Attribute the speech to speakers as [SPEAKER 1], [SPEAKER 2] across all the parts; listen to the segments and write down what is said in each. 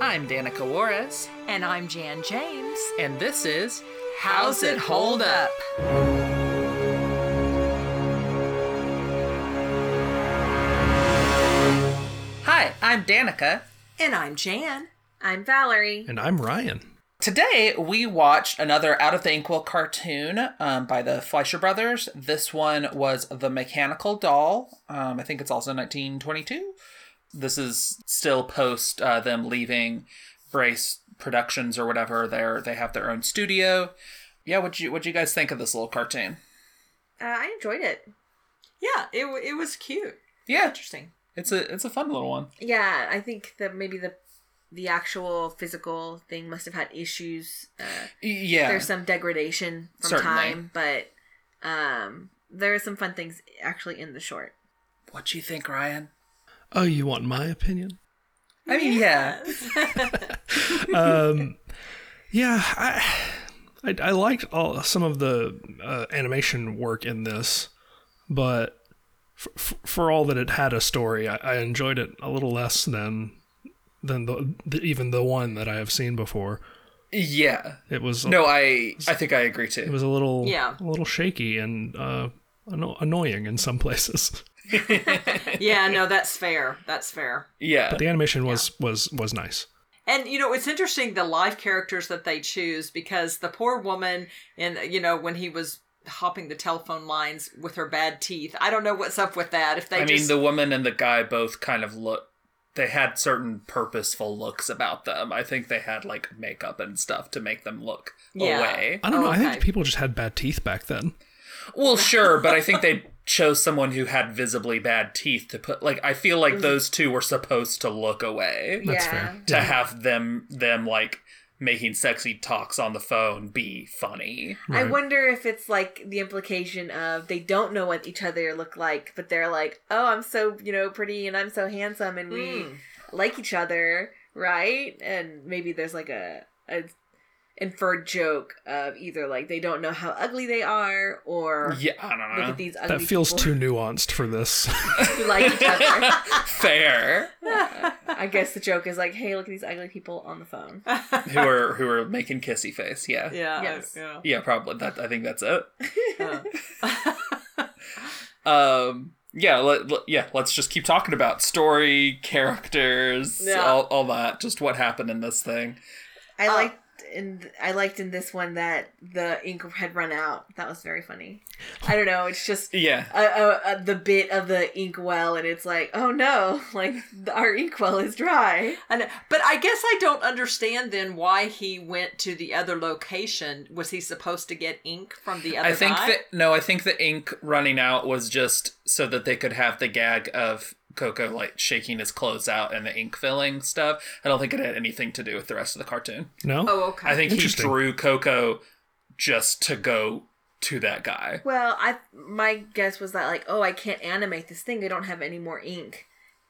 [SPEAKER 1] I'm Danica Juarez,
[SPEAKER 2] And I'm Jan James.
[SPEAKER 1] and this is How's It Hold Up? Hi, I'm Danica.
[SPEAKER 2] And I'm Jan.
[SPEAKER 3] I'm Valerie.
[SPEAKER 4] And I'm Ryan.
[SPEAKER 1] Today we watched another Out of the Inkwell cartoon um, by the Fleischer Brothers. This one was The Mechanical Doll. Um, I think it's also 1922. This is still post uh, them leaving Brace Productions or whatever. They're they have their own studio. Yeah, what you what you guys think of this little cartoon?
[SPEAKER 3] Uh, I enjoyed it.
[SPEAKER 2] Yeah, it, w- it was cute.
[SPEAKER 1] Yeah,
[SPEAKER 2] Interesting.
[SPEAKER 1] it's a it's a fun little one.
[SPEAKER 3] Yeah, I think that maybe the the actual physical thing must have had issues. Uh,
[SPEAKER 1] Yeah,
[SPEAKER 3] There's some degradation from
[SPEAKER 1] Certainly.
[SPEAKER 3] time, but um, there are some fun things actually in the short.
[SPEAKER 1] what you think, Ryan?
[SPEAKER 4] Oh, you want my opinion?
[SPEAKER 1] I mean, yeah,
[SPEAKER 4] Um, yeah, I, I, I liked all some of the uh, animation work in this, but f- f- for all that it had a story, I, I enjoyed it a little less than than the, the even the one that I have seen before.
[SPEAKER 1] yeah.
[SPEAKER 4] It was
[SPEAKER 1] No, I I think I agree
[SPEAKER 4] it
[SPEAKER 1] too.
[SPEAKER 4] was a little
[SPEAKER 2] Yeah.
[SPEAKER 4] a little shaky and uh, anno- annoying in some places.
[SPEAKER 2] yeah, no, that's fair. That's fair.
[SPEAKER 1] Yeah,
[SPEAKER 4] But the animation was was was nice.
[SPEAKER 2] And you know, it's interesting the live characters that they choose because the poor woman in you know when he was hopping the telephone lines with her bad teeth. I don't know what's up with that. If they
[SPEAKER 1] I mean,
[SPEAKER 2] just
[SPEAKER 1] the woman and the guy both kind of look. They had certain purposeful looks about them. I think they had like makeup and stuff to make them look
[SPEAKER 2] Yeah.
[SPEAKER 1] away.
[SPEAKER 4] I don't
[SPEAKER 2] Oh,
[SPEAKER 4] know. I
[SPEAKER 2] okay.
[SPEAKER 4] think people just had bad teeth back then.
[SPEAKER 1] Well, sure, but I think they chose someone who had visibly bad teeth to put. Like, I feel like those two were supposed to look away
[SPEAKER 4] That's
[SPEAKER 3] yeah.
[SPEAKER 4] fair.
[SPEAKER 1] to have them them like making sexy talks on the phone be funny.
[SPEAKER 3] I
[SPEAKER 4] Right.
[SPEAKER 3] wonder if it's like the implication of they don't know what each other look like, but they're like, "Oh, I'm so you know pretty, and I'm so handsome, and we
[SPEAKER 2] Mm.
[SPEAKER 3] like each other, right?" And maybe there's like a, a inferred joke of either like they don't know how ugly they are, or
[SPEAKER 1] Yeah, I don't know.
[SPEAKER 3] look at these ugly
[SPEAKER 4] That feels
[SPEAKER 3] people
[SPEAKER 4] too nuanced for this.
[SPEAKER 3] who like each other.
[SPEAKER 1] Fair.
[SPEAKER 3] I guess the joke is like, "Hey, look at these ugly people on the phone."
[SPEAKER 1] who are who are making kissy face? Yeah. yeah.
[SPEAKER 2] yeah,
[SPEAKER 3] Yes.
[SPEAKER 2] yeah.
[SPEAKER 1] probably. That I think that's it.
[SPEAKER 2] Uh,
[SPEAKER 1] Um, yeah, let, let- yeah. Let's just keep talking about story, characters,
[SPEAKER 2] Yeah.
[SPEAKER 1] all, all that. Just what happened in this thing.
[SPEAKER 3] I
[SPEAKER 2] Uh,
[SPEAKER 3] liked. And I liked in this one that the ink had run out. That was very funny. I don't know. It's just
[SPEAKER 1] Yeah,
[SPEAKER 3] uh, uh, uh, the bit of the inkwell, and it's like, oh no, like our inkwell is dry.
[SPEAKER 2] I know. But I guess I don't understand then why he went to the other location. Was he supposed to get ink from the other
[SPEAKER 1] I think
[SPEAKER 2] guy?
[SPEAKER 1] that no, I think the ink running out was just so that they could have the gag of Coco like shaking his clothes out and the ink filling stuff. I don't think it had anything to do with the rest of the cartoon.
[SPEAKER 4] no,
[SPEAKER 2] oh, okay.
[SPEAKER 1] I think he
[SPEAKER 4] Interesting.
[SPEAKER 1] drew Coco just to go to that guy.
[SPEAKER 3] Well, I my guess was that like, oh, I can't animate this thing. I don't have any more ink,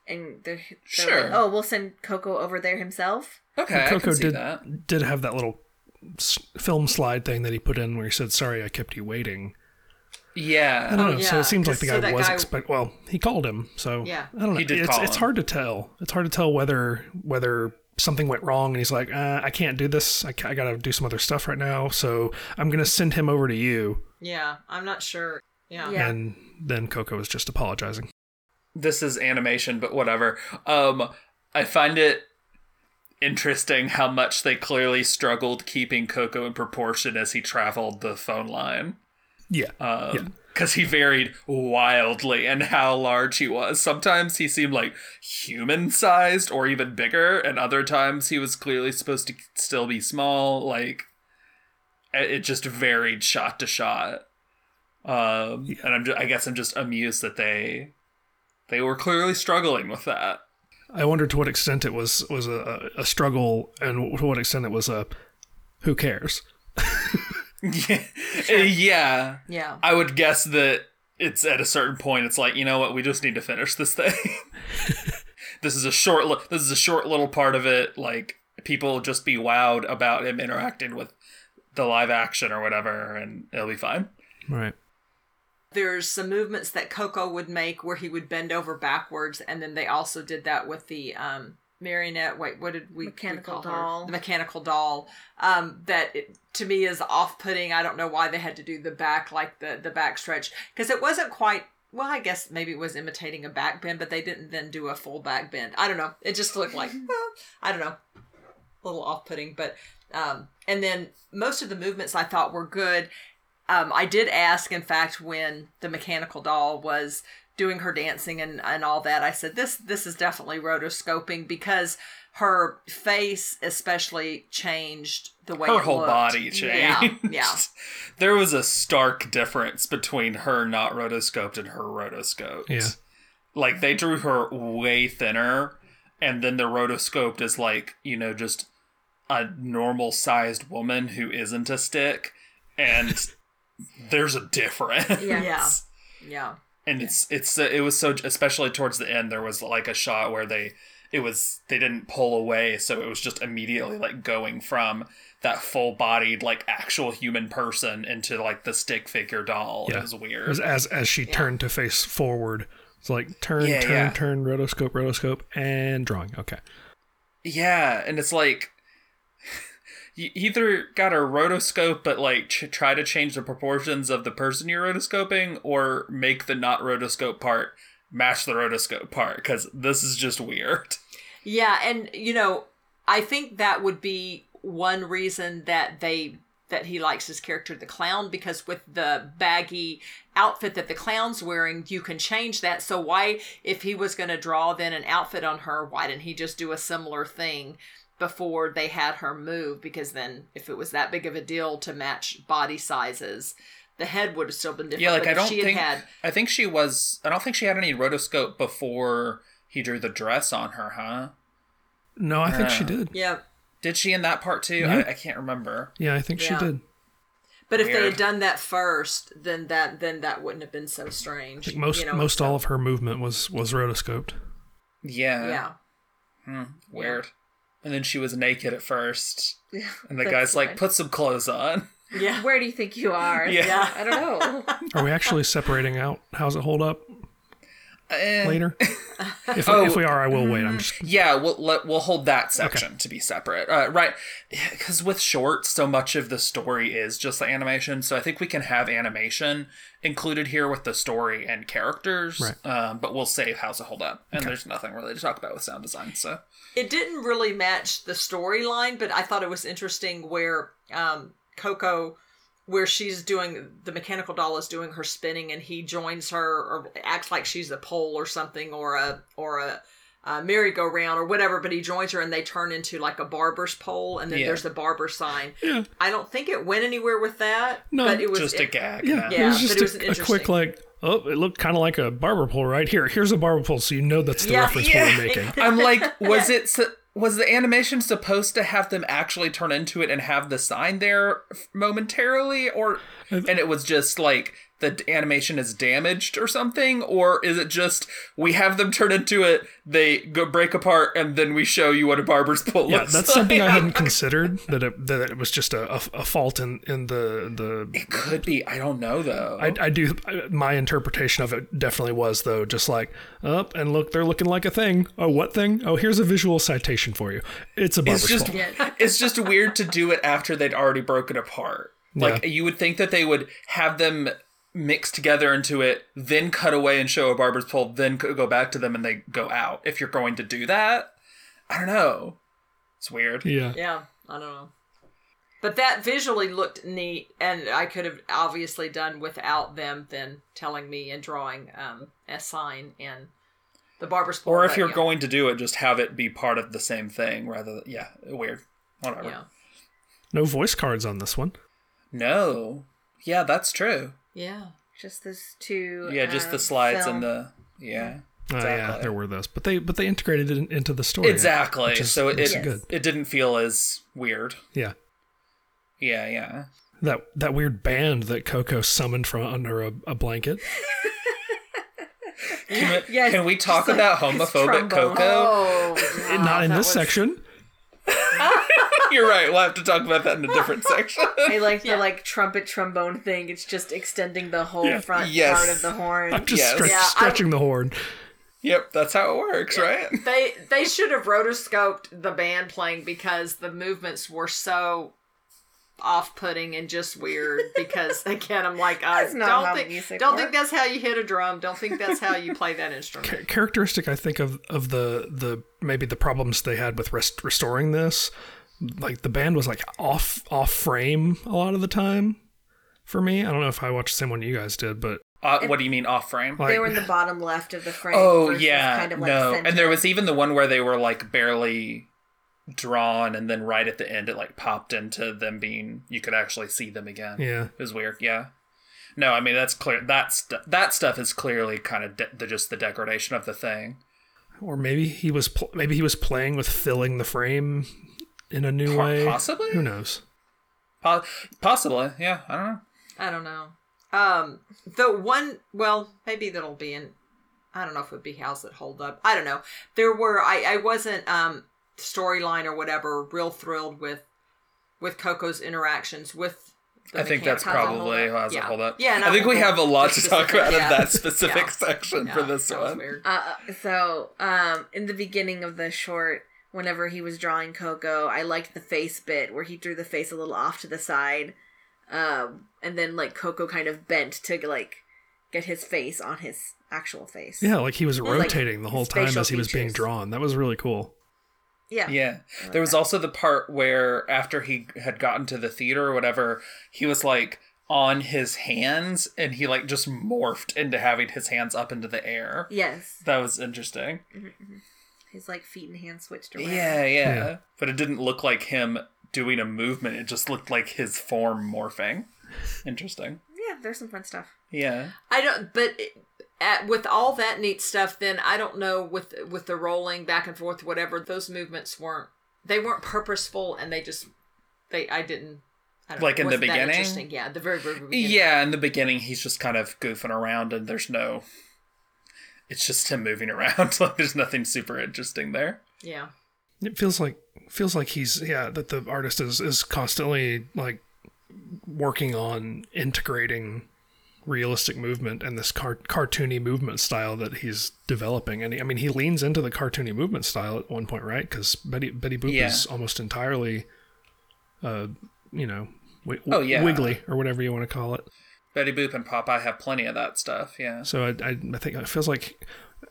[SPEAKER 3] and they're, they're
[SPEAKER 1] Sure.
[SPEAKER 3] like, oh, we'll send Coco over there himself.
[SPEAKER 1] Okay,
[SPEAKER 4] But
[SPEAKER 1] I
[SPEAKER 4] Coco
[SPEAKER 1] can see
[SPEAKER 4] did
[SPEAKER 1] that.
[SPEAKER 4] did have that little s- film slide thing that he put in where he said, "Sorry, I kept you waiting." I
[SPEAKER 1] Yeah,
[SPEAKER 4] don't
[SPEAKER 2] Oh,
[SPEAKER 4] know. So
[SPEAKER 2] yeah,
[SPEAKER 4] it seems like the
[SPEAKER 2] just so
[SPEAKER 4] guy
[SPEAKER 2] that
[SPEAKER 4] was
[SPEAKER 2] guy-
[SPEAKER 4] expect. Well, he called him, so
[SPEAKER 2] Yeah.
[SPEAKER 4] I don't know.
[SPEAKER 1] He did
[SPEAKER 4] it's
[SPEAKER 1] call
[SPEAKER 4] it's
[SPEAKER 1] him.
[SPEAKER 4] hard to tell. It's hard to tell whether whether something went wrong, and he's like, uh, "I can't do this. I, ca- I got to do some other stuff right now. So I'm gonna send him over to you."
[SPEAKER 2] yeah, I'm not sure. Yeah.
[SPEAKER 3] Yeah.
[SPEAKER 4] And then Coco was just apologizing.
[SPEAKER 1] this is animation, but whatever. Um, I find it interesting how much they clearly struggled keeping Coco in proportion as he traveled the phone line.
[SPEAKER 4] Yeah.
[SPEAKER 1] Um,
[SPEAKER 4] Yeah.
[SPEAKER 1] Because he varied wildly in how large he was. Sometimes he seemed like human sized or even bigger, and other times he was clearly supposed to still be small. Like, it it just varied shot to shot. Um, And I'm ju- I guess I'm just amused that they they were clearly struggling with that.
[SPEAKER 4] I wonder to what extent it was was a, a a struggle, and to what extent it was a who cares.
[SPEAKER 1] Uh, yeah.
[SPEAKER 2] Yeah.
[SPEAKER 1] I would guess that it's at a certain point. It's like you know what, we just need to finish this thing. this is a short. Li- this is a short little part of it. Like people just be wowed about him interacting with the live action or whatever, and it'll be fine.
[SPEAKER 4] Right.
[SPEAKER 2] There's some movements that Coco would make where he would bend over backwards, and then they also did that with the um marionette. Wait, what did we, we
[SPEAKER 3] Mechanical
[SPEAKER 2] call
[SPEAKER 3] doll.
[SPEAKER 2] her? The mechanical doll. Um, that it, to me is off-putting. I don't know why they had to do the back like the the back stretch because it wasn't quite. Well, I guess maybe it was imitating a back bend, but they didn't then do a full back bend. I don't know. It just looked like well, I don't know, a little off-putting. But um, and then most of the movements I thought were good. Um, I did ask, in fact, when the mechanical doll was doing her dancing and, and all that, I said this this is definitely rotoscoping because her face especially changed the way
[SPEAKER 1] Her
[SPEAKER 2] it
[SPEAKER 1] whole
[SPEAKER 2] looked.
[SPEAKER 1] body changed.
[SPEAKER 2] Yeah, yeah.
[SPEAKER 1] there was a stark difference between her not rotoscoped and her rotoscoped.
[SPEAKER 4] Yeah.
[SPEAKER 1] Like they drew her way thinner, and then the rotoscoped is like, you know, just a normal sized woman who isn't a stick. And there's a difference.
[SPEAKER 3] Yeah.
[SPEAKER 2] Yeah. yeah.
[SPEAKER 1] and it's it's uh, it was so especially towards the end there was like a shot where they it was they didn't pull away so it was just immediately like going from that full bodied like actual human person into like the stick figure doll
[SPEAKER 4] Yeah.
[SPEAKER 1] it was weird
[SPEAKER 4] As as, as she turned to face forward, it's like turn,
[SPEAKER 1] Yeah,
[SPEAKER 4] turn,
[SPEAKER 1] yeah.
[SPEAKER 4] turn, rotoscope, rotoscope, and drawing. Okay.
[SPEAKER 1] yeah and it's like you either got to rotoscope but like ch- try to change the proportions of the person you're rotoscoping or make the not rotoscope part match the rotoscope part because this is just weird
[SPEAKER 2] Yeah, and you know, I think that would be one reason that they that he likes his character the clown because with the baggy outfit that the clown's wearing, you can change that. So why if he was going to draw then an outfit on her, why didn't he just do a similar thing? before they had her move because then if it was that big of a deal to match body sizes the head would have still been different
[SPEAKER 1] Yeah, like
[SPEAKER 2] But
[SPEAKER 1] I
[SPEAKER 2] if
[SPEAKER 1] don't
[SPEAKER 2] she had
[SPEAKER 1] think
[SPEAKER 2] had
[SPEAKER 1] I think she was. I don't think she had any rotoscope before he drew the dress on her, huh?
[SPEAKER 4] No, I think she
[SPEAKER 2] Uh.
[SPEAKER 1] Yeah.
[SPEAKER 4] did.
[SPEAKER 2] yeah
[SPEAKER 1] Did she in that part too?
[SPEAKER 4] Yeah.
[SPEAKER 1] I, I can't remember.
[SPEAKER 4] Yeah, I think
[SPEAKER 2] Yeah.
[SPEAKER 4] she did.
[SPEAKER 2] But if they
[SPEAKER 1] Weird.
[SPEAKER 2] had done that first, then that then that wouldn't have been so strange.
[SPEAKER 4] I think most
[SPEAKER 2] you know?
[SPEAKER 4] most all of her movement was was rotoscoped.
[SPEAKER 1] Yeah.
[SPEAKER 2] yeah,
[SPEAKER 1] Weird. And then she was naked at first, and the
[SPEAKER 3] That's
[SPEAKER 1] guy's
[SPEAKER 3] fine.
[SPEAKER 1] like, "Put some clothes on."
[SPEAKER 2] yeah,
[SPEAKER 3] Where do you think you are?
[SPEAKER 1] Yeah.
[SPEAKER 2] Yeah.
[SPEAKER 3] I don't know.
[SPEAKER 4] Are we actually separating out? How's it hold up
[SPEAKER 2] Uh,
[SPEAKER 1] Eh,
[SPEAKER 4] later? If,
[SPEAKER 1] Oh.
[SPEAKER 4] if we are, I will wait.
[SPEAKER 2] Mm-hmm.
[SPEAKER 4] I'm just
[SPEAKER 1] Yeah, we'll let, we'll hold that section to be separate, uh, right? Because with shorts, so much of the story is just the animation. So I think we can have animation included here with the story and characters.
[SPEAKER 4] Right.
[SPEAKER 1] Um, but we'll save how's it hold up, and there's nothing really to talk about with sound design. So
[SPEAKER 2] It didn't really match the storyline, but I thought it was interesting where um, Coco, where she's doing the mechanical doll is doing her spinning, and he joins her or acts like she's a pole or something or a or a. Uh, merry-go-round or whatever, but he joins her and they turn into like a barber's pole, and then
[SPEAKER 1] Yeah.
[SPEAKER 2] there's the barber sign.
[SPEAKER 4] Yeah.
[SPEAKER 2] I don't think it went anywhere with that.
[SPEAKER 4] No,
[SPEAKER 2] but it was
[SPEAKER 1] just a
[SPEAKER 2] it-
[SPEAKER 1] gag.
[SPEAKER 4] yeah.
[SPEAKER 2] Yeah,
[SPEAKER 4] it was
[SPEAKER 2] but
[SPEAKER 4] just
[SPEAKER 2] it was
[SPEAKER 4] a-
[SPEAKER 2] an
[SPEAKER 4] a, quick
[SPEAKER 2] interesting-
[SPEAKER 4] like. Oh, it looked kind of like a barber pole right here. Here's a barber pole, so you know that's the
[SPEAKER 2] Yeah,
[SPEAKER 4] reference
[SPEAKER 1] yeah.
[SPEAKER 4] we're making.
[SPEAKER 1] I'm like, was it su- was the animation supposed to have them actually turn into it and have the sign there f- momentarily, or and it was just like the d- animation is damaged or something, or is it just we have them turn into it, they go break apart, and then we show you what a barber's pole
[SPEAKER 4] Yeah,
[SPEAKER 1] looks
[SPEAKER 4] that's
[SPEAKER 1] like?
[SPEAKER 4] something I hadn't considered that it, that it was just a, a, a fault in in the the.
[SPEAKER 1] It could be. I don't know though.
[SPEAKER 4] I, I do I, my interpretation of it definitely was though just like up and look they're looking like a thing oh what thing oh here's a visual citation for you it's a barber
[SPEAKER 1] it's just
[SPEAKER 4] pole
[SPEAKER 1] it's just weird to do it after they'd already broken apart. Like
[SPEAKER 4] Yeah.
[SPEAKER 1] you would think that they would have them mixed together into it, then cut away and show a barber's pole, then c- go back to them and they go out. If you're going to do that, I don't know. It's weird.
[SPEAKER 4] yeah
[SPEAKER 2] Yeah, I don't know. But that visually looked neat, and I could have obviously done without them then telling me and drawing um, a sign and the barber's pole.
[SPEAKER 1] Or if
[SPEAKER 2] but
[SPEAKER 1] you're
[SPEAKER 2] yeah.
[SPEAKER 1] going to do it, just have it be part of the same thing rather than yeah, weird. Whatever.
[SPEAKER 2] yeah,
[SPEAKER 4] no voice cards on this one
[SPEAKER 1] No. Yeah, that's true.
[SPEAKER 2] yeah,
[SPEAKER 3] Just those two.
[SPEAKER 1] Yeah, just
[SPEAKER 3] um,
[SPEAKER 1] the slides
[SPEAKER 3] film.
[SPEAKER 1] and the yeah.
[SPEAKER 4] Oh yeah
[SPEAKER 1] Exactly.
[SPEAKER 4] there were those but they but they integrated it in- into the story
[SPEAKER 1] Exactly.
[SPEAKER 4] which is-
[SPEAKER 1] so it
[SPEAKER 4] which is
[SPEAKER 1] it,
[SPEAKER 4] good
[SPEAKER 1] it didn't feel as weird.
[SPEAKER 4] yeah
[SPEAKER 1] Yeah, yeah.
[SPEAKER 4] that that weird band that Coco summoned from under a, a blanket
[SPEAKER 1] Can we,
[SPEAKER 3] Yes,
[SPEAKER 1] can we talk about homophobic
[SPEAKER 3] trombone.
[SPEAKER 1] Coco?
[SPEAKER 2] Oh,
[SPEAKER 1] Ah,
[SPEAKER 4] not in this section
[SPEAKER 1] You're right. We'll have to talk about that in a different section.
[SPEAKER 3] I like the
[SPEAKER 2] Yeah.
[SPEAKER 3] like trumpet trombone thing. It's just extending the whole
[SPEAKER 4] Yeah.
[SPEAKER 3] front
[SPEAKER 1] Yes.
[SPEAKER 3] part of the horn.
[SPEAKER 4] I'm just
[SPEAKER 1] Yes.
[SPEAKER 4] stretch,
[SPEAKER 2] Yeah, I-
[SPEAKER 4] stretching the horn
[SPEAKER 1] Yep, that's how it works, right?
[SPEAKER 2] They they should have rotoscoped the band playing because the movements were so off-putting and just weird. Because again, I'm like, I
[SPEAKER 3] That's not how
[SPEAKER 2] don't think
[SPEAKER 3] music
[SPEAKER 2] don't think
[SPEAKER 3] works.
[SPEAKER 2] that's how you hit a drum. Don't think that's how you play that instrument.
[SPEAKER 4] Cha- characteristic I think of of the the maybe the problems they had with rest- restoring this like the band was like off off frame a lot of the time for me I don't know if I watched the same one you guys did but
[SPEAKER 1] Uh, what do you mean off frame?
[SPEAKER 4] like
[SPEAKER 3] they were in the bottom left of the frame.
[SPEAKER 1] oh
[SPEAKER 3] versus
[SPEAKER 1] yeah,
[SPEAKER 3] kind of like
[SPEAKER 1] no.
[SPEAKER 3] center.
[SPEAKER 1] And there was even the one where they were like barely drawn, and then right at the end, it like popped into them being you could actually see them again.
[SPEAKER 4] yeah
[SPEAKER 1] It was weird. Yeah. No, I mean that's clear. That's that stuff is clearly kind of de- the, just the degradation of the thing.
[SPEAKER 4] or maybe he was pl- maybe he was playing with filling the frame in a new
[SPEAKER 1] Po-
[SPEAKER 4] way
[SPEAKER 1] possibly?
[SPEAKER 4] who knows
[SPEAKER 1] Po- possibly. Yeah. I don't know.
[SPEAKER 2] I don't know. Um, the one, well, maybe that'll be in. I don't know if it would be how's it hold up. I don't know. There were I I wasn't um storyline or whatever real thrilled with with Coco's interactions with. the
[SPEAKER 1] I think
[SPEAKER 2] mechanic.
[SPEAKER 1] that's
[SPEAKER 2] How's it hold
[SPEAKER 1] probably
[SPEAKER 2] up?
[SPEAKER 1] how's it
[SPEAKER 2] yeah.
[SPEAKER 1] hold up.
[SPEAKER 2] Yeah, and
[SPEAKER 1] I think we
[SPEAKER 2] won't-
[SPEAKER 1] have a lot
[SPEAKER 2] the
[SPEAKER 1] to talk
[SPEAKER 2] specific-
[SPEAKER 1] about in
[SPEAKER 2] yeah.
[SPEAKER 1] that specific
[SPEAKER 2] Yeah.
[SPEAKER 1] section for
[SPEAKER 2] Yeah,
[SPEAKER 1] this
[SPEAKER 2] that was
[SPEAKER 1] one.
[SPEAKER 2] weird.
[SPEAKER 3] Uh, so, um, in the beginning of the short, whenever he was drawing Coco, I liked the face bit where he drew the face a little off to the side, um, and then like Coco kind of bent to like get his face on his actual face.
[SPEAKER 4] yeah like he was
[SPEAKER 3] Or, like,
[SPEAKER 4] rotating the whole time
[SPEAKER 3] facial
[SPEAKER 4] as he was being
[SPEAKER 3] features.
[SPEAKER 4] drawn that was really cool
[SPEAKER 3] yeah,
[SPEAKER 1] Yeah. There was also the part where after he had gotten to the theater or whatever, he was like on his hands and he like just morphed into having his hands up into the air.
[SPEAKER 3] Yes,
[SPEAKER 1] That was interesting.
[SPEAKER 3] his like feet and hands switched around.
[SPEAKER 1] Yeah, yeah,
[SPEAKER 4] Yeah.
[SPEAKER 1] But it didn't look like him doing a movement. It just looked like his form morphing. Interesting.
[SPEAKER 3] yeah, there's some fun stuff.
[SPEAKER 1] Yeah.
[SPEAKER 2] I don't, but at, with all that neat stuff, then I don't know with with the rolling back and forth, whatever. Those movements weren't they weren't purposeful, and they just they I didn't I don't
[SPEAKER 1] Like
[SPEAKER 2] know,
[SPEAKER 1] in the
[SPEAKER 2] wasn't that
[SPEAKER 1] beginning?
[SPEAKER 2] interesting. yeah, the very very beginning.
[SPEAKER 1] Yeah, in the beginning he's just kind of goofing around and there's no it's just him moving around. like there's nothing super interesting there.
[SPEAKER 2] yeah.
[SPEAKER 4] it feels like feels like he's yeah that the artist is is constantly like working on integrating realistic movement and this car- cartoony movement style that he's developing and he, I mean he leans into the cartoony movement style at one point right because Betty Betty Boop
[SPEAKER 1] Yeah.
[SPEAKER 4] is almost entirely uh you know wi-
[SPEAKER 1] Oh, yeah.
[SPEAKER 4] wiggly or whatever you want to call it
[SPEAKER 1] Betty Boop and Popeye have plenty of that stuff. Yeah.
[SPEAKER 4] so I, I, I think it feels like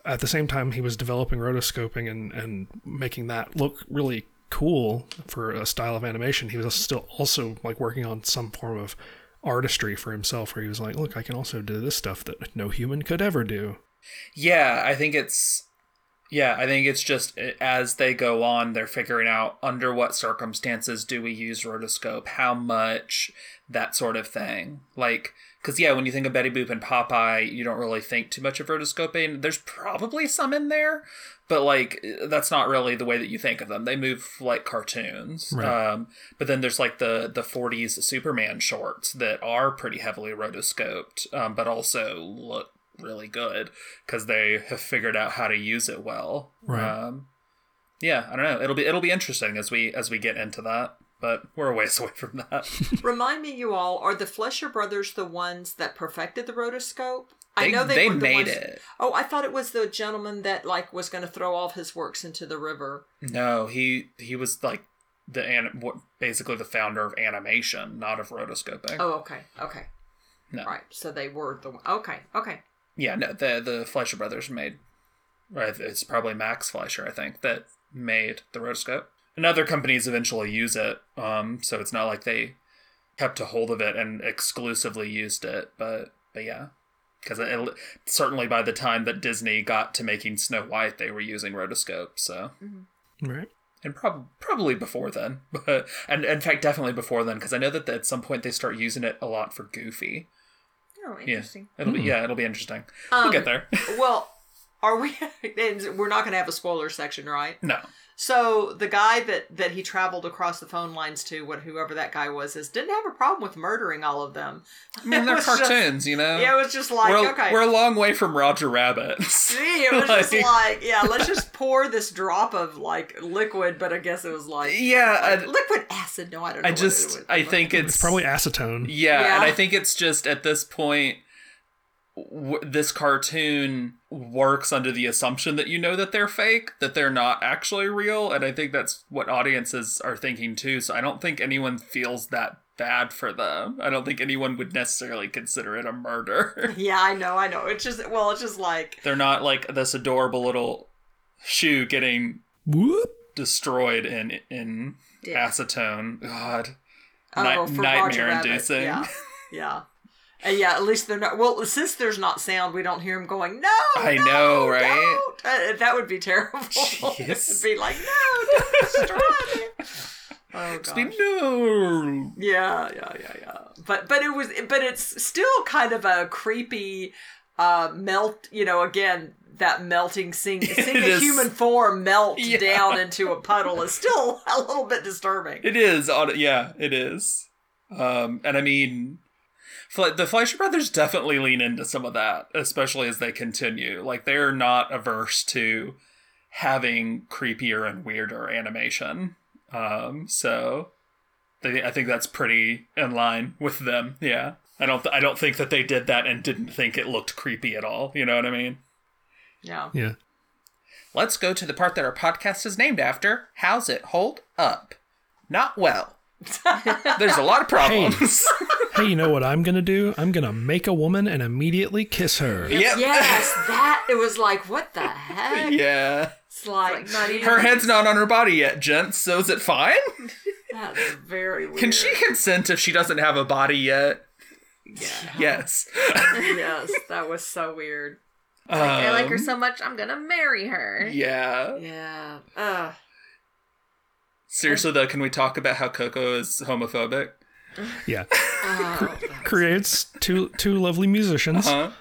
[SPEAKER 4] at the same time he was developing rotoscoping and, and making that look really cool for a style of animation. He was still also like working on some form of artistry for himself where he was like, look, I can also do this stuff that no human could ever do.
[SPEAKER 1] Yeah, I think it's yeah, I think it's just uh, as they go on, they're figuring out under what circumstances do we use rotoscope, how much, that sort of thing. Like, because yeah, when you think of Betty Boop and Popeye, you don't really think too much of rotoscoping. There's probably some in there, but like eh, that's not really the way that you think of them. They move like cartoons.
[SPEAKER 4] Right.
[SPEAKER 1] Um, but then there's like the the 40s Superman shorts that are pretty heavily rotoscoped, um, but also look really good because they have figured out how to use it well.
[SPEAKER 4] Right.
[SPEAKER 1] Um, yeah, I don't know. It'll be it'll be interesting as we as we get into that, but we're a ways away from that.
[SPEAKER 2] Remind me, you all, are the Flesher brothers the ones that perfected the rotoscope? I
[SPEAKER 1] They-
[SPEAKER 2] know they,
[SPEAKER 1] they
[SPEAKER 2] were the
[SPEAKER 1] made
[SPEAKER 2] ones-
[SPEAKER 1] it.
[SPEAKER 2] Oh, I thought it was the gentleman that like was going to throw all of his works into the river.
[SPEAKER 1] No, he he was like the an what basically the founder of animation, not of rotoscoping.
[SPEAKER 2] Oh, okay, okay,
[SPEAKER 1] No.
[SPEAKER 2] right. So they were the okay, okay.
[SPEAKER 1] Yeah, no, the the Fleischer brothers made. Right, it's probably Max Fleischer, I think, that made the rotoscope. And other companies eventually use it, um, so it's not like they kept a hold of it and exclusively used it, but but yeah, because it, it- certainly by the time that Disney got to making Snow White, they were using rotoscope. So
[SPEAKER 4] Right.
[SPEAKER 1] and prob- probably before then but and in fact definitely before then because i know that at some point they start using it a lot for goofy
[SPEAKER 3] Oh,
[SPEAKER 1] yeah
[SPEAKER 3] interesting.
[SPEAKER 1] it'll be yeah it'll be interesting we'll get there
[SPEAKER 2] Well, are we? and we're not going to have a spoiler section, right?
[SPEAKER 1] no
[SPEAKER 2] So the guy that that he traveled across the phone lines to, what whoever that guy was, is didn't have a problem with murdering all of them.
[SPEAKER 1] i mean they're
[SPEAKER 2] It was just-
[SPEAKER 1] cartoons you know
[SPEAKER 2] Yeah, it was just like
[SPEAKER 1] we're,
[SPEAKER 2] okay.
[SPEAKER 1] we're a long way from roger rabbit
[SPEAKER 2] Gee, it was just
[SPEAKER 1] Like-
[SPEAKER 2] like, yeah, let's just pour this drop of like liquid, but I guess it was like
[SPEAKER 1] yeah I-
[SPEAKER 2] liquid acid. No, I don't know.
[SPEAKER 1] I,
[SPEAKER 2] what it
[SPEAKER 1] just
[SPEAKER 2] was.
[SPEAKER 1] i think it's,
[SPEAKER 4] It's probably acetone.
[SPEAKER 1] yeah, and
[SPEAKER 2] Yeah.
[SPEAKER 1] i think it's just at this point w- this cartoon works under the assumption that you know that they're fake, that they're not actually real, and I think that's what audiences are thinking too. So I don't think anyone feels that bad for them. I don't think anyone would necessarily consider it a murder.
[SPEAKER 2] Yeah, I know, I know. It's just well, it's just like
[SPEAKER 1] they're not like this adorable little shoe getting
[SPEAKER 4] Whoop.
[SPEAKER 1] destroyed in in
[SPEAKER 3] Yeah.
[SPEAKER 1] acetone. God,
[SPEAKER 2] oh,
[SPEAKER 1] Night-
[SPEAKER 2] for Roger Rabbit.
[SPEAKER 1] nightmare-inducing.
[SPEAKER 2] Yeah, yeah. And yeah, at least they're not. Well, since there's not sound, we don't hear him going, no!
[SPEAKER 1] I
[SPEAKER 2] no,
[SPEAKER 1] know, right?
[SPEAKER 2] don't." Uh, that would be terrible.
[SPEAKER 1] Jeez.
[SPEAKER 2] It'd be like, no, don't destroy it. Oh, gosh.
[SPEAKER 1] Speak- no.
[SPEAKER 2] Yeah, yeah, yeah, yeah. But but it was but it's still kind of a creepy uh melt, you know, again, that melting sing seeing
[SPEAKER 1] It
[SPEAKER 2] a
[SPEAKER 1] is.
[SPEAKER 2] human form melt
[SPEAKER 1] Yeah.
[SPEAKER 2] down into a puddle is still a little bit disturbing.
[SPEAKER 1] It is on yeah, it is. Um and I mean Fle- the Fleischer brothers definitely lean into some of that, especially as they continue. Like they're not averse to having creepier and weirder animation. Um so they, I think that's pretty in line with them. Yeah. I don't th- I don't think that they did that and didn't think it looked creepy at all. You know what I mean?
[SPEAKER 2] Yeah.
[SPEAKER 4] Yeah.
[SPEAKER 1] Let's go to the part that our podcast is named after. How's it hold up? Not well. There's a lot of problems.
[SPEAKER 4] Hey, you know what I'm gonna do? I'm gonna make a woman and immediately kiss her.
[SPEAKER 1] yep.
[SPEAKER 2] Yes, that it was like, what the heck?
[SPEAKER 1] Yeah.
[SPEAKER 2] It's like,
[SPEAKER 3] Not even
[SPEAKER 1] Her head's not on her body yet, gents, so is it fine?
[SPEAKER 2] that's very weird.
[SPEAKER 1] Can she consent if she doesn't have a body yet?
[SPEAKER 2] Yeah.
[SPEAKER 1] Yes.
[SPEAKER 2] yes, that was so weird.
[SPEAKER 3] I like her
[SPEAKER 1] Um,
[SPEAKER 3] so much, I'm gonna marry her.
[SPEAKER 1] Yeah.
[SPEAKER 2] Yeah. Uh
[SPEAKER 1] Seriously though, can we talk about how Coco is homophobic?
[SPEAKER 4] Yeah.
[SPEAKER 2] oh,
[SPEAKER 4] Creates two two lovely musicians.
[SPEAKER 1] Huh?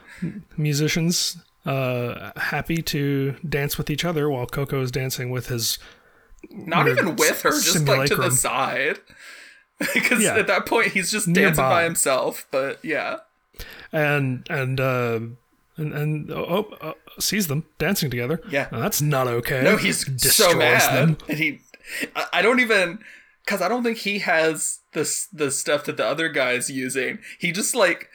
[SPEAKER 4] Musicians uh happy to dance with each other while Coco is dancing with his
[SPEAKER 1] Not
[SPEAKER 4] Weird
[SPEAKER 1] even with her, just like to the
[SPEAKER 4] simulacrum.
[SPEAKER 1] side. Because
[SPEAKER 4] Yeah.
[SPEAKER 1] at that point he's just dancing by
[SPEAKER 4] Nearby.
[SPEAKER 1] himself, but yeah.
[SPEAKER 4] and and uh and, and oh, oh uh, sees them dancing together.
[SPEAKER 1] Yeah.
[SPEAKER 4] Now, that's not okay.
[SPEAKER 1] No, he's so
[SPEAKER 4] Destroys
[SPEAKER 1] mad,
[SPEAKER 4] them.
[SPEAKER 1] and he. I, I don't even because I don't think he has this the stuff that the other guy's using. He just like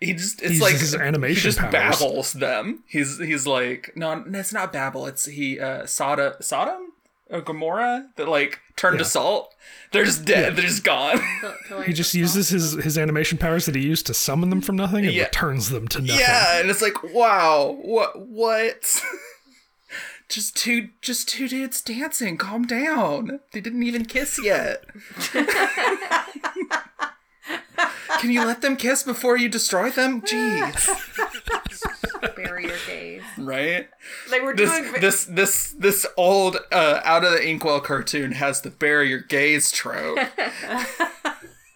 [SPEAKER 1] he just it's
[SPEAKER 4] He
[SPEAKER 1] like
[SPEAKER 4] uses his animation
[SPEAKER 1] he just
[SPEAKER 4] powers.
[SPEAKER 1] babbles them. He's he's like no, it's not babble. It's he uh Soda Sodom or Gomorrah that like turned to
[SPEAKER 4] Yeah.
[SPEAKER 1] salt. They're just dead. They're just gone.
[SPEAKER 3] Pill- pillars
[SPEAKER 4] He just
[SPEAKER 3] of salt.
[SPEAKER 4] uses his, his animation powers that he used to summon them from nothing and
[SPEAKER 1] Yeah.
[SPEAKER 4] returns them to nothing.
[SPEAKER 1] yeah, and it's like wow, what what. Just two, just two dudes dancing. Calm down. They didn't even kiss yet. Can you let them kiss before you destroy them? Jeez.
[SPEAKER 3] bury your gaze.
[SPEAKER 1] Right?
[SPEAKER 2] they were
[SPEAKER 1] This
[SPEAKER 2] doing
[SPEAKER 1] this this this old uh, out of the inkwell cartoon has the barrier gaze trope.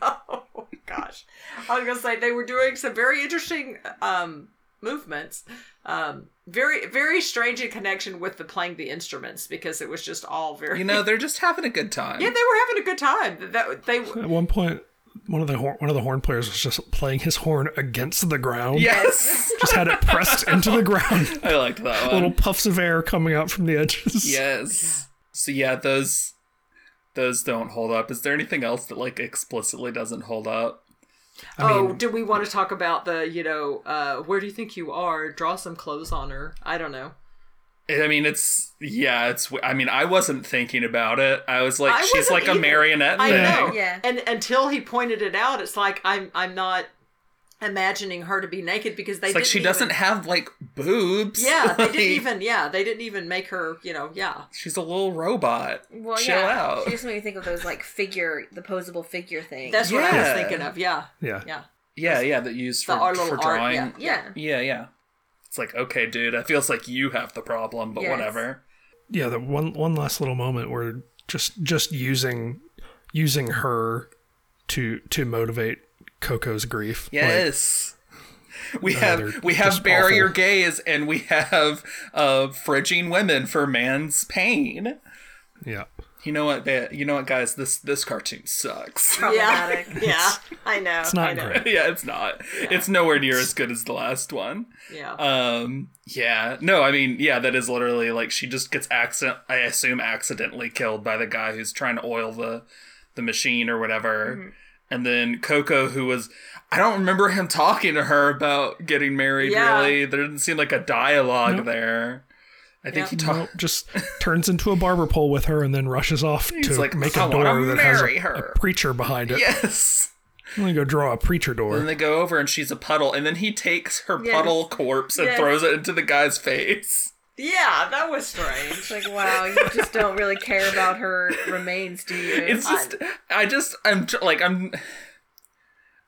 [SPEAKER 2] Oh gosh, I was gonna say they were doing some very interesting um, movements. Um, very very strange in connection with the playing the instruments because it was just all very
[SPEAKER 1] You know, they're just having a good time.
[SPEAKER 2] yeah they were having a good time. That they
[SPEAKER 4] At one point, one of the horn, one of the horn players was just playing his horn against the ground.
[SPEAKER 1] yes.
[SPEAKER 4] just had it pressed into the ground.
[SPEAKER 1] I liked that one.
[SPEAKER 4] Little puffs of air coming out from the edges.
[SPEAKER 1] Yes. So yeah, those those don't hold up. Is there anything else that like explicitly doesn't hold up?
[SPEAKER 4] I mean,
[SPEAKER 2] oh do we want to talk about the you know uh, where do you think you are? Draw some clothes on her. I don't know.
[SPEAKER 1] I mean, it's yeah, it's. I mean, I wasn't thinking about it. I was like,
[SPEAKER 2] I
[SPEAKER 1] she's
[SPEAKER 2] wasn't
[SPEAKER 1] like a
[SPEAKER 2] either.
[SPEAKER 1] marionette
[SPEAKER 2] I
[SPEAKER 1] thing.
[SPEAKER 2] know.
[SPEAKER 3] Yeah.
[SPEAKER 2] And until he pointed it out, it's like I'm I'm not imagining her to be naked because they
[SPEAKER 1] It's like
[SPEAKER 2] didn't
[SPEAKER 1] she
[SPEAKER 2] even-
[SPEAKER 1] doesn't have like boobs.
[SPEAKER 2] Yeah, they
[SPEAKER 1] Like,
[SPEAKER 2] didn't even. Yeah, they didn't even make her. You know. Yeah.
[SPEAKER 1] She's a little robot.
[SPEAKER 3] Well,
[SPEAKER 1] Chill
[SPEAKER 3] yeah.
[SPEAKER 1] out.
[SPEAKER 3] She just made me think of those like figure, the posable figure thing.
[SPEAKER 2] That's what I was
[SPEAKER 1] Yeah.
[SPEAKER 2] thinking of. Yeah,
[SPEAKER 4] yeah.
[SPEAKER 2] yeah.
[SPEAKER 1] yeah, yeah, that you use for,
[SPEAKER 2] The art, little
[SPEAKER 1] for
[SPEAKER 2] art,
[SPEAKER 1] drawing.
[SPEAKER 3] yeah.
[SPEAKER 2] yeah.
[SPEAKER 1] yeah, yeah. It's like okay, dude. It feels like you have the problem, but
[SPEAKER 3] Yes.
[SPEAKER 1] whatever.
[SPEAKER 4] yeah the one one last little moment where just just using using her to to motivate coco's grief Like,
[SPEAKER 1] Yes. we
[SPEAKER 4] No, they're
[SPEAKER 1] have we have
[SPEAKER 4] just
[SPEAKER 1] barrier
[SPEAKER 4] awful.
[SPEAKER 1] gaze and we have uh fridging women for man's pain.
[SPEAKER 4] yeah
[SPEAKER 1] You know what, ba- you know what guys, this this cartoon sucks.
[SPEAKER 3] Problematic.
[SPEAKER 2] Yeah, yeah. I know.
[SPEAKER 4] it's not
[SPEAKER 2] I know.
[SPEAKER 4] great
[SPEAKER 1] yeah, it's not. It's nowhere near as good as the last one.
[SPEAKER 2] Yeah.
[SPEAKER 1] Um, yeah, no, I mean, yeah, that is literally like she just gets accident. I assume accidentally killed by the guy who's trying to oil the the machine or whatever, And then Coco, who was, I don't remember him talking to her about getting married,
[SPEAKER 2] Yeah.
[SPEAKER 1] really. There didn't seem like a dialogue
[SPEAKER 4] Nope.
[SPEAKER 1] there. I think
[SPEAKER 2] Yep.
[SPEAKER 1] he
[SPEAKER 4] Nope,
[SPEAKER 1] talked.
[SPEAKER 4] just turns into a barber pole with her and then rushes off
[SPEAKER 1] He's
[SPEAKER 4] to
[SPEAKER 1] like,
[SPEAKER 4] make
[SPEAKER 1] "I
[SPEAKER 4] a
[SPEAKER 1] wanna
[SPEAKER 4] door that has
[SPEAKER 1] marry
[SPEAKER 4] a,
[SPEAKER 1] her."
[SPEAKER 4] a preacher behind it.
[SPEAKER 1] Yes.
[SPEAKER 4] I'm gonna go draw a preacher door.
[SPEAKER 1] And they go over and she's a puddle. And then he takes her
[SPEAKER 3] Yes.
[SPEAKER 1] puddle corpse and
[SPEAKER 3] Yes.
[SPEAKER 1] throws it into the guy's face.
[SPEAKER 2] Yeah, that was strange.
[SPEAKER 3] It's like, wow, you just don't really care about her remains, do you?
[SPEAKER 1] It's just, I just, I'm tr- like, I'm.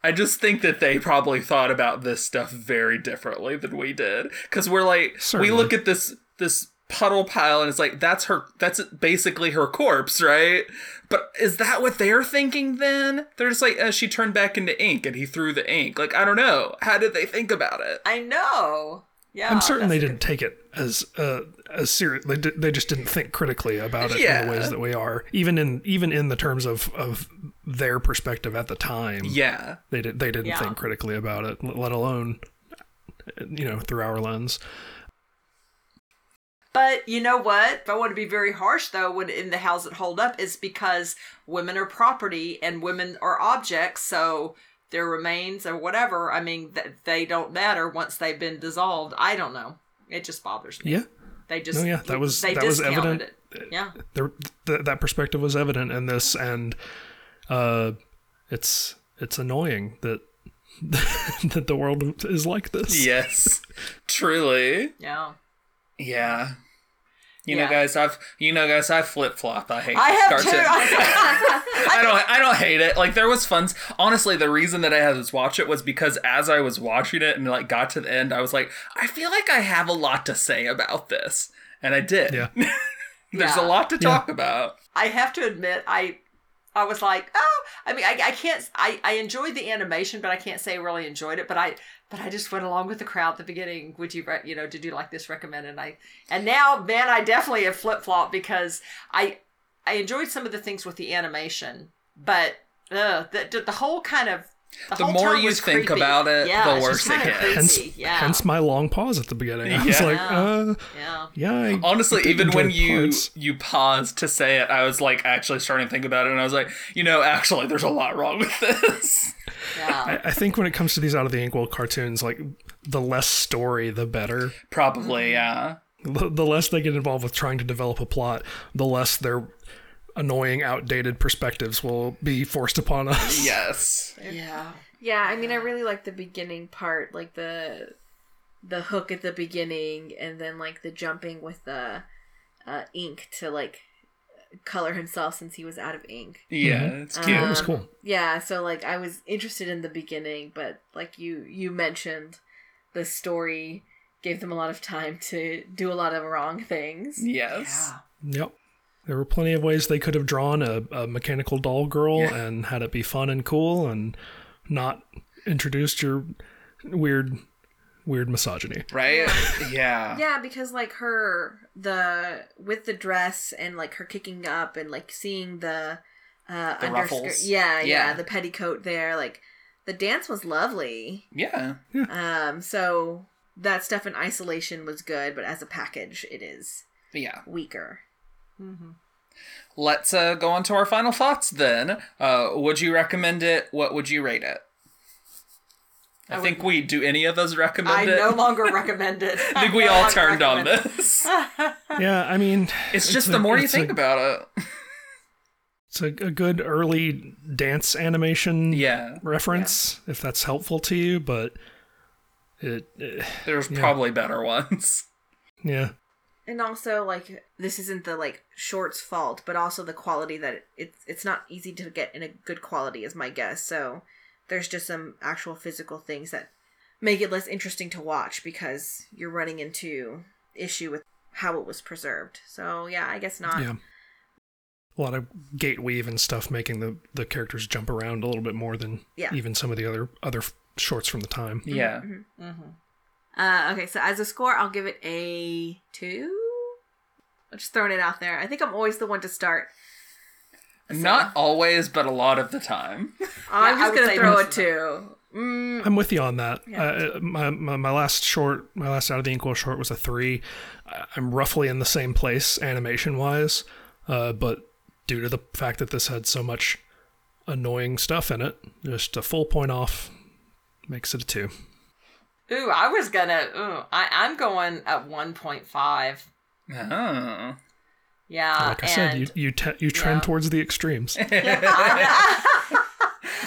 [SPEAKER 1] I just think that they probably thought about this stuff very differently than we did, because we're like,
[SPEAKER 4] Certainly.
[SPEAKER 1] we look at this this puddle pile and it's like that's her, that's basically her corpse, right? But is that what they're thinking? Then they're just like, uh, she turned back into ink, and he threw the ink. Like I don't know, how did they think about it?
[SPEAKER 2] I know. Yeah,
[SPEAKER 4] I'm certain they
[SPEAKER 2] Oh, that's a
[SPEAKER 4] didn't take it as uh, as serious. They, di- they just didn't think critically about it in
[SPEAKER 1] Yeah.
[SPEAKER 4] the ways that we are. Even in even in the terms of, of their perspective at the time,
[SPEAKER 1] Yeah,
[SPEAKER 4] they did they didn't
[SPEAKER 2] Yeah.
[SPEAKER 4] think critically about it. l- Let alone, you know, through our lens.
[SPEAKER 2] But you know what? If I want to be very harsh though, when in the house that hold up is because women are property and women are objects, so their remains or whatever, I mean, th- they don't matter once they've been dissolved. I don't know. It just bothers me.
[SPEAKER 4] Yeah,
[SPEAKER 2] They just
[SPEAKER 4] No, yeah, that was-
[SPEAKER 2] they
[SPEAKER 4] that was
[SPEAKER 2] discounted
[SPEAKER 4] evident.
[SPEAKER 2] It. Yeah.
[SPEAKER 4] there, th- that perspective was evident in this, and uh, it's it's annoying that that the world is like this.
[SPEAKER 1] yes, truly,
[SPEAKER 2] Yeah.
[SPEAKER 1] yeah. You know,
[SPEAKER 2] Yeah.
[SPEAKER 1] guys, I've you know, guys, I flip flop. I hate
[SPEAKER 2] I
[SPEAKER 1] this
[SPEAKER 2] have
[SPEAKER 1] cartoon.
[SPEAKER 2] too.
[SPEAKER 1] I don't I don't hate it. Like there was fun. Honestly, the reason that I had to watch it was because as I was watching it and like got to the end, I was like, I feel like I have a lot to say about this. And I did.
[SPEAKER 4] Yeah.
[SPEAKER 1] There's a
[SPEAKER 2] Yeah.
[SPEAKER 1] lot to
[SPEAKER 4] Yeah.
[SPEAKER 1] talk about.
[SPEAKER 2] I have to admit, I I was like, oh, I mean, I, I can't, I, I enjoyed the animation, but I can't say I really enjoyed it. But I, but I just went along with the crowd at the beginning. Would you, re- you know, did you like this recommend? And I, and now, man, I definitely have flip flop because I, I enjoyed some of the things with the animation, but uh, the the whole kind of the,
[SPEAKER 1] The
[SPEAKER 2] whole
[SPEAKER 1] more
[SPEAKER 2] time
[SPEAKER 1] you
[SPEAKER 2] was
[SPEAKER 1] think
[SPEAKER 2] creepy.
[SPEAKER 1] about it,
[SPEAKER 2] yeah,
[SPEAKER 1] the
[SPEAKER 2] it's
[SPEAKER 1] worse
[SPEAKER 2] just
[SPEAKER 1] it
[SPEAKER 2] kinda
[SPEAKER 1] gets.
[SPEAKER 4] Hence,
[SPEAKER 2] creepy. Yeah,
[SPEAKER 4] hence my long pause at the beginning. I was
[SPEAKER 1] Yeah.
[SPEAKER 4] like, uh,
[SPEAKER 2] yeah.
[SPEAKER 4] yeah. I
[SPEAKER 1] Honestly,
[SPEAKER 4] did
[SPEAKER 1] even
[SPEAKER 4] enjoy
[SPEAKER 1] when you
[SPEAKER 4] parts.
[SPEAKER 1] you paused to say it, I was like actually starting to think about it and I was like, you know, actually there's a lot wrong with this.
[SPEAKER 2] yeah.
[SPEAKER 4] I, I think when it comes to these out of the inkwell cartoons, like the less story, the better.
[SPEAKER 1] Probably,
[SPEAKER 2] Mm-hmm.
[SPEAKER 1] yeah.
[SPEAKER 4] The, the less they get involved with trying to develop a plot, the less their annoying, outdated perspectives will be forced upon us.
[SPEAKER 1] Yes.
[SPEAKER 2] yeah.
[SPEAKER 3] yeah, I mean, I really like the beginning part, like the the hook at the beginning, and then like the jumping with the uh, ink to like color himself since he was out of ink.
[SPEAKER 1] Yeah,
[SPEAKER 4] Mhm.
[SPEAKER 1] it's cute.
[SPEAKER 4] That was
[SPEAKER 3] Um,
[SPEAKER 4] cool.
[SPEAKER 3] Yeah, so like I was interested in the beginning, but like you you mentioned, the story gave them a lot of time to do a lot of wrong things.
[SPEAKER 1] yes.
[SPEAKER 4] Yep. There were plenty of ways they could have drawn a, a mechanical doll girl
[SPEAKER 1] Yeah.
[SPEAKER 4] and had it be fun and cool and not introduced your weird, weird misogyny.
[SPEAKER 1] Right? Yeah.
[SPEAKER 3] Yeah, because like her the with the dress and like her kicking up and like seeing the uh
[SPEAKER 1] The
[SPEAKER 3] underskirt.
[SPEAKER 1] ruffles.
[SPEAKER 3] Yeah, yeah,
[SPEAKER 1] Yeah.
[SPEAKER 3] the petticoat there, like the dance was lovely.
[SPEAKER 1] yeah.
[SPEAKER 3] Um so that stuff in isolation was good, but as a package it is
[SPEAKER 1] Yeah.
[SPEAKER 3] weaker.
[SPEAKER 2] Mm-hmm.
[SPEAKER 1] Let's uh, go on to our final thoughts then. Uh, would you recommend it? What would you rate it? I,
[SPEAKER 2] I
[SPEAKER 1] think we do any of us recommend
[SPEAKER 2] I
[SPEAKER 1] it.
[SPEAKER 2] no longer recommend it.
[SPEAKER 1] I think we
[SPEAKER 2] No
[SPEAKER 1] all
[SPEAKER 2] longer
[SPEAKER 1] turned on
[SPEAKER 2] recommend it.
[SPEAKER 1] this.
[SPEAKER 4] Yeah, I mean,
[SPEAKER 1] It's just
[SPEAKER 4] a-
[SPEAKER 1] the more you
[SPEAKER 4] it's a-
[SPEAKER 1] think about it.
[SPEAKER 4] it's a, a good early dance animation.
[SPEAKER 1] Yeah,
[SPEAKER 4] reference if that's helpful to you, but it, eh,
[SPEAKER 1] there's
[SPEAKER 4] Yeah.
[SPEAKER 1] probably better ones.
[SPEAKER 4] yeah.
[SPEAKER 3] And also, like, this isn't the like short's fault, but also the quality that it, it's it's not easy to get in a good quality is my guess. So there's just some actual physical things that make it less interesting to watch because you're running into issue with how it was preserved. So yeah, I guess not.
[SPEAKER 4] Yeah. A lot of gate weave and stuff making the the characters jump around a little bit more than
[SPEAKER 3] Yeah.
[SPEAKER 4] even some of the other other f- shorts from the time.
[SPEAKER 1] Yeah,
[SPEAKER 3] Uh, okay, so as a score, I'll give it a two. I'm just throwing it out there. I think I'm always the one to start.
[SPEAKER 1] not always, but a lot of the time.
[SPEAKER 3] I'm
[SPEAKER 2] Yeah, I
[SPEAKER 3] just
[SPEAKER 2] would
[SPEAKER 3] gonna
[SPEAKER 2] say
[SPEAKER 3] throw a
[SPEAKER 2] most
[SPEAKER 3] two. Mm,
[SPEAKER 4] I'm with you on that.
[SPEAKER 3] Yeah.
[SPEAKER 4] Uh, my, my my last short, my last out of the inkwell short was a three. I- I'm roughly in the same place animation wise, uh, but due to the fact that this had so much annoying stuff in it. Just a full point off makes it a two.
[SPEAKER 2] Ooh, I was gonna. Ooh, I I'm going at one point five.
[SPEAKER 1] Oh.
[SPEAKER 2] Yeah,
[SPEAKER 4] Like I
[SPEAKER 2] Uh, and
[SPEAKER 4] said, you you te- you trend
[SPEAKER 2] yeah.
[SPEAKER 4] towards the extremes.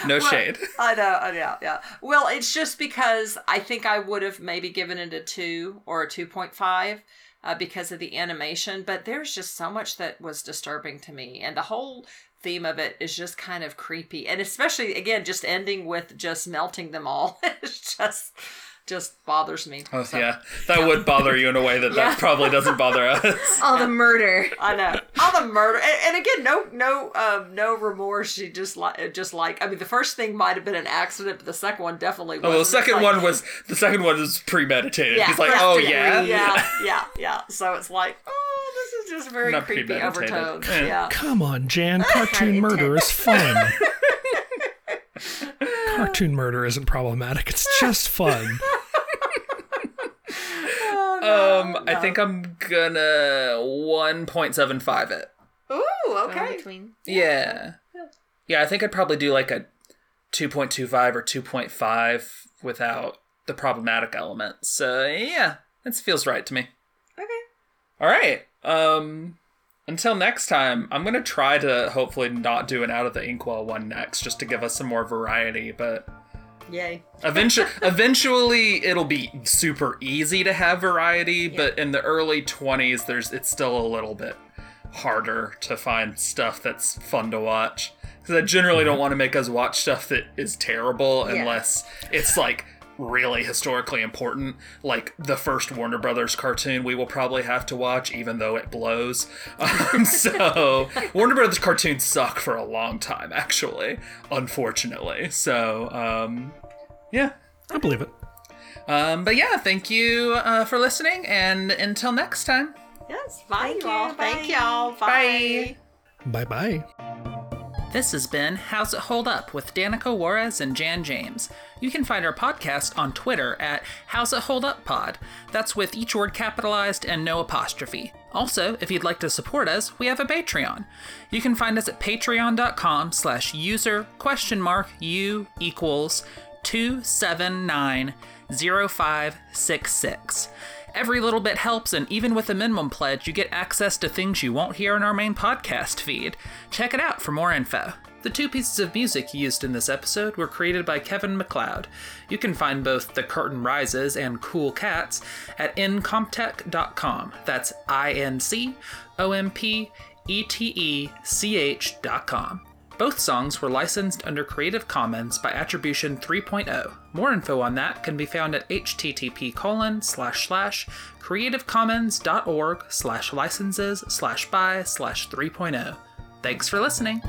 [SPEAKER 1] No shade.
[SPEAKER 2] I know, I know, yeah. Well, it's just because I think I would have maybe given it a two or a two point five uh, because of the animation, but there's just so much that was disturbing to me, and the whole theme of it is just kind of creepy, and especially again, just ending with just melting them all. it's just just bothers me.
[SPEAKER 1] Oh,
[SPEAKER 2] So,
[SPEAKER 1] yeah, that would bother you in a way that that probably doesn't bother us.
[SPEAKER 3] All the murder.
[SPEAKER 2] I know all the murder, and, and again, no, no, um, no remorse. She just like, just like, I mean, the first thing might have been an accident, but the second one definitely. was
[SPEAKER 1] Oh, the second one was the second one was premeditated. He's like,
[SPEAKER 2] first
[SPEAKER 1] oh
[SPEAKER 2] degree.
[SPEAKER 1] yeah,
[SPEAKER 2] yeah, yeah, yeah. So it's like, oh, this is just very
[SPEAKER 1] Not
[SPEAKER 2] creepy
[SPEAKER 1] premeditated.
[SPEAKER 2] overtones.
[SPEAKER 1] Yeah.
[SPEAKER 2] Yeah,
[SPEAKER 4] Come on, Jan. Cartoon murder is fun. Cartoon murder isn't problematic. It's just fun.
[SPEAKER 1] Um, I think I'm gonna one point seven five it.
[SPEAKER 2] Ooh,
[SPEAKER 3] In
[SPEAKER 2] okay.
[SPEAKER 3] between.
[SPEAKER 1] Yeah. Yeah, I think I'd probably do like a 2.25 or 2.5 without the problematic element. So, yeah, it feels right to me.
[SPEAKER 2] Okay.
[SPEAKER 1] All right. Um until next time, I'm going to try to hopefully not do an out of the inkwell one next just to give us some more variety, but
[SPEAKER 2] Yay.
[SPEAKER 1] Eventually, eventually, it'll be super easy to have variety, but in the early 20s, there's it's still a little bit harder to find stuff that's fun to watch. Because I generally don't want to make us watch stuff that is terrible
[SPEAKER 3] Yeah.
[SPEAKER 1] unless it's like really historically important. Like the first Warner Brothers cartoon, we will probably have to watch, even though it blows. Um, so Warner Brothers cartoons suck for a long time, actually, unfortunately. So um, yeah.
[SPEAKER 4] I believe it.
[SPEAKER 1] Um, but yeah, thank you uh, for listening, and until next time.
[SPEAKER 2] Yes. Bye,
[SPEAKER 3] Thank
[SPEAKER 2] you all.
[SPEAKER 3] you,
[SPEAKER 2] Thank
[SPEAKER 3] bye.
[SPEAKER 2] y'all.
[SPEAKER 1] Bye.
[SPEAKER 4] Bye bye.
[SPEAKER 1] This has been How's It Hold Up with Danica Juarez and Jan James. You can find our podcast on Twitter at How's It Hold Up Pod. That's with each word capitalized and no apostrophe. Also, if you'd like to support us, we have a Patreon. You can find us at patreon.com slash user question mark u equals 2790566. Every little bit helps, and even with a minimum pledge, you get access to things you won't hear in our main podcast feed. Check it out for more info. The two pieces of music used in this episode were created by Kevin McLeod. You can find both The Curtain Rises and Cool Cats at incomptech.com. That's I N C O M P E T E C H.com. Both songs were licensed under Creative Commons by Attribution 3.0. More info on that can be found at http colon slash slash creativecommons.org slash licenses slash by slash 3.0. oh. Thanks for listening!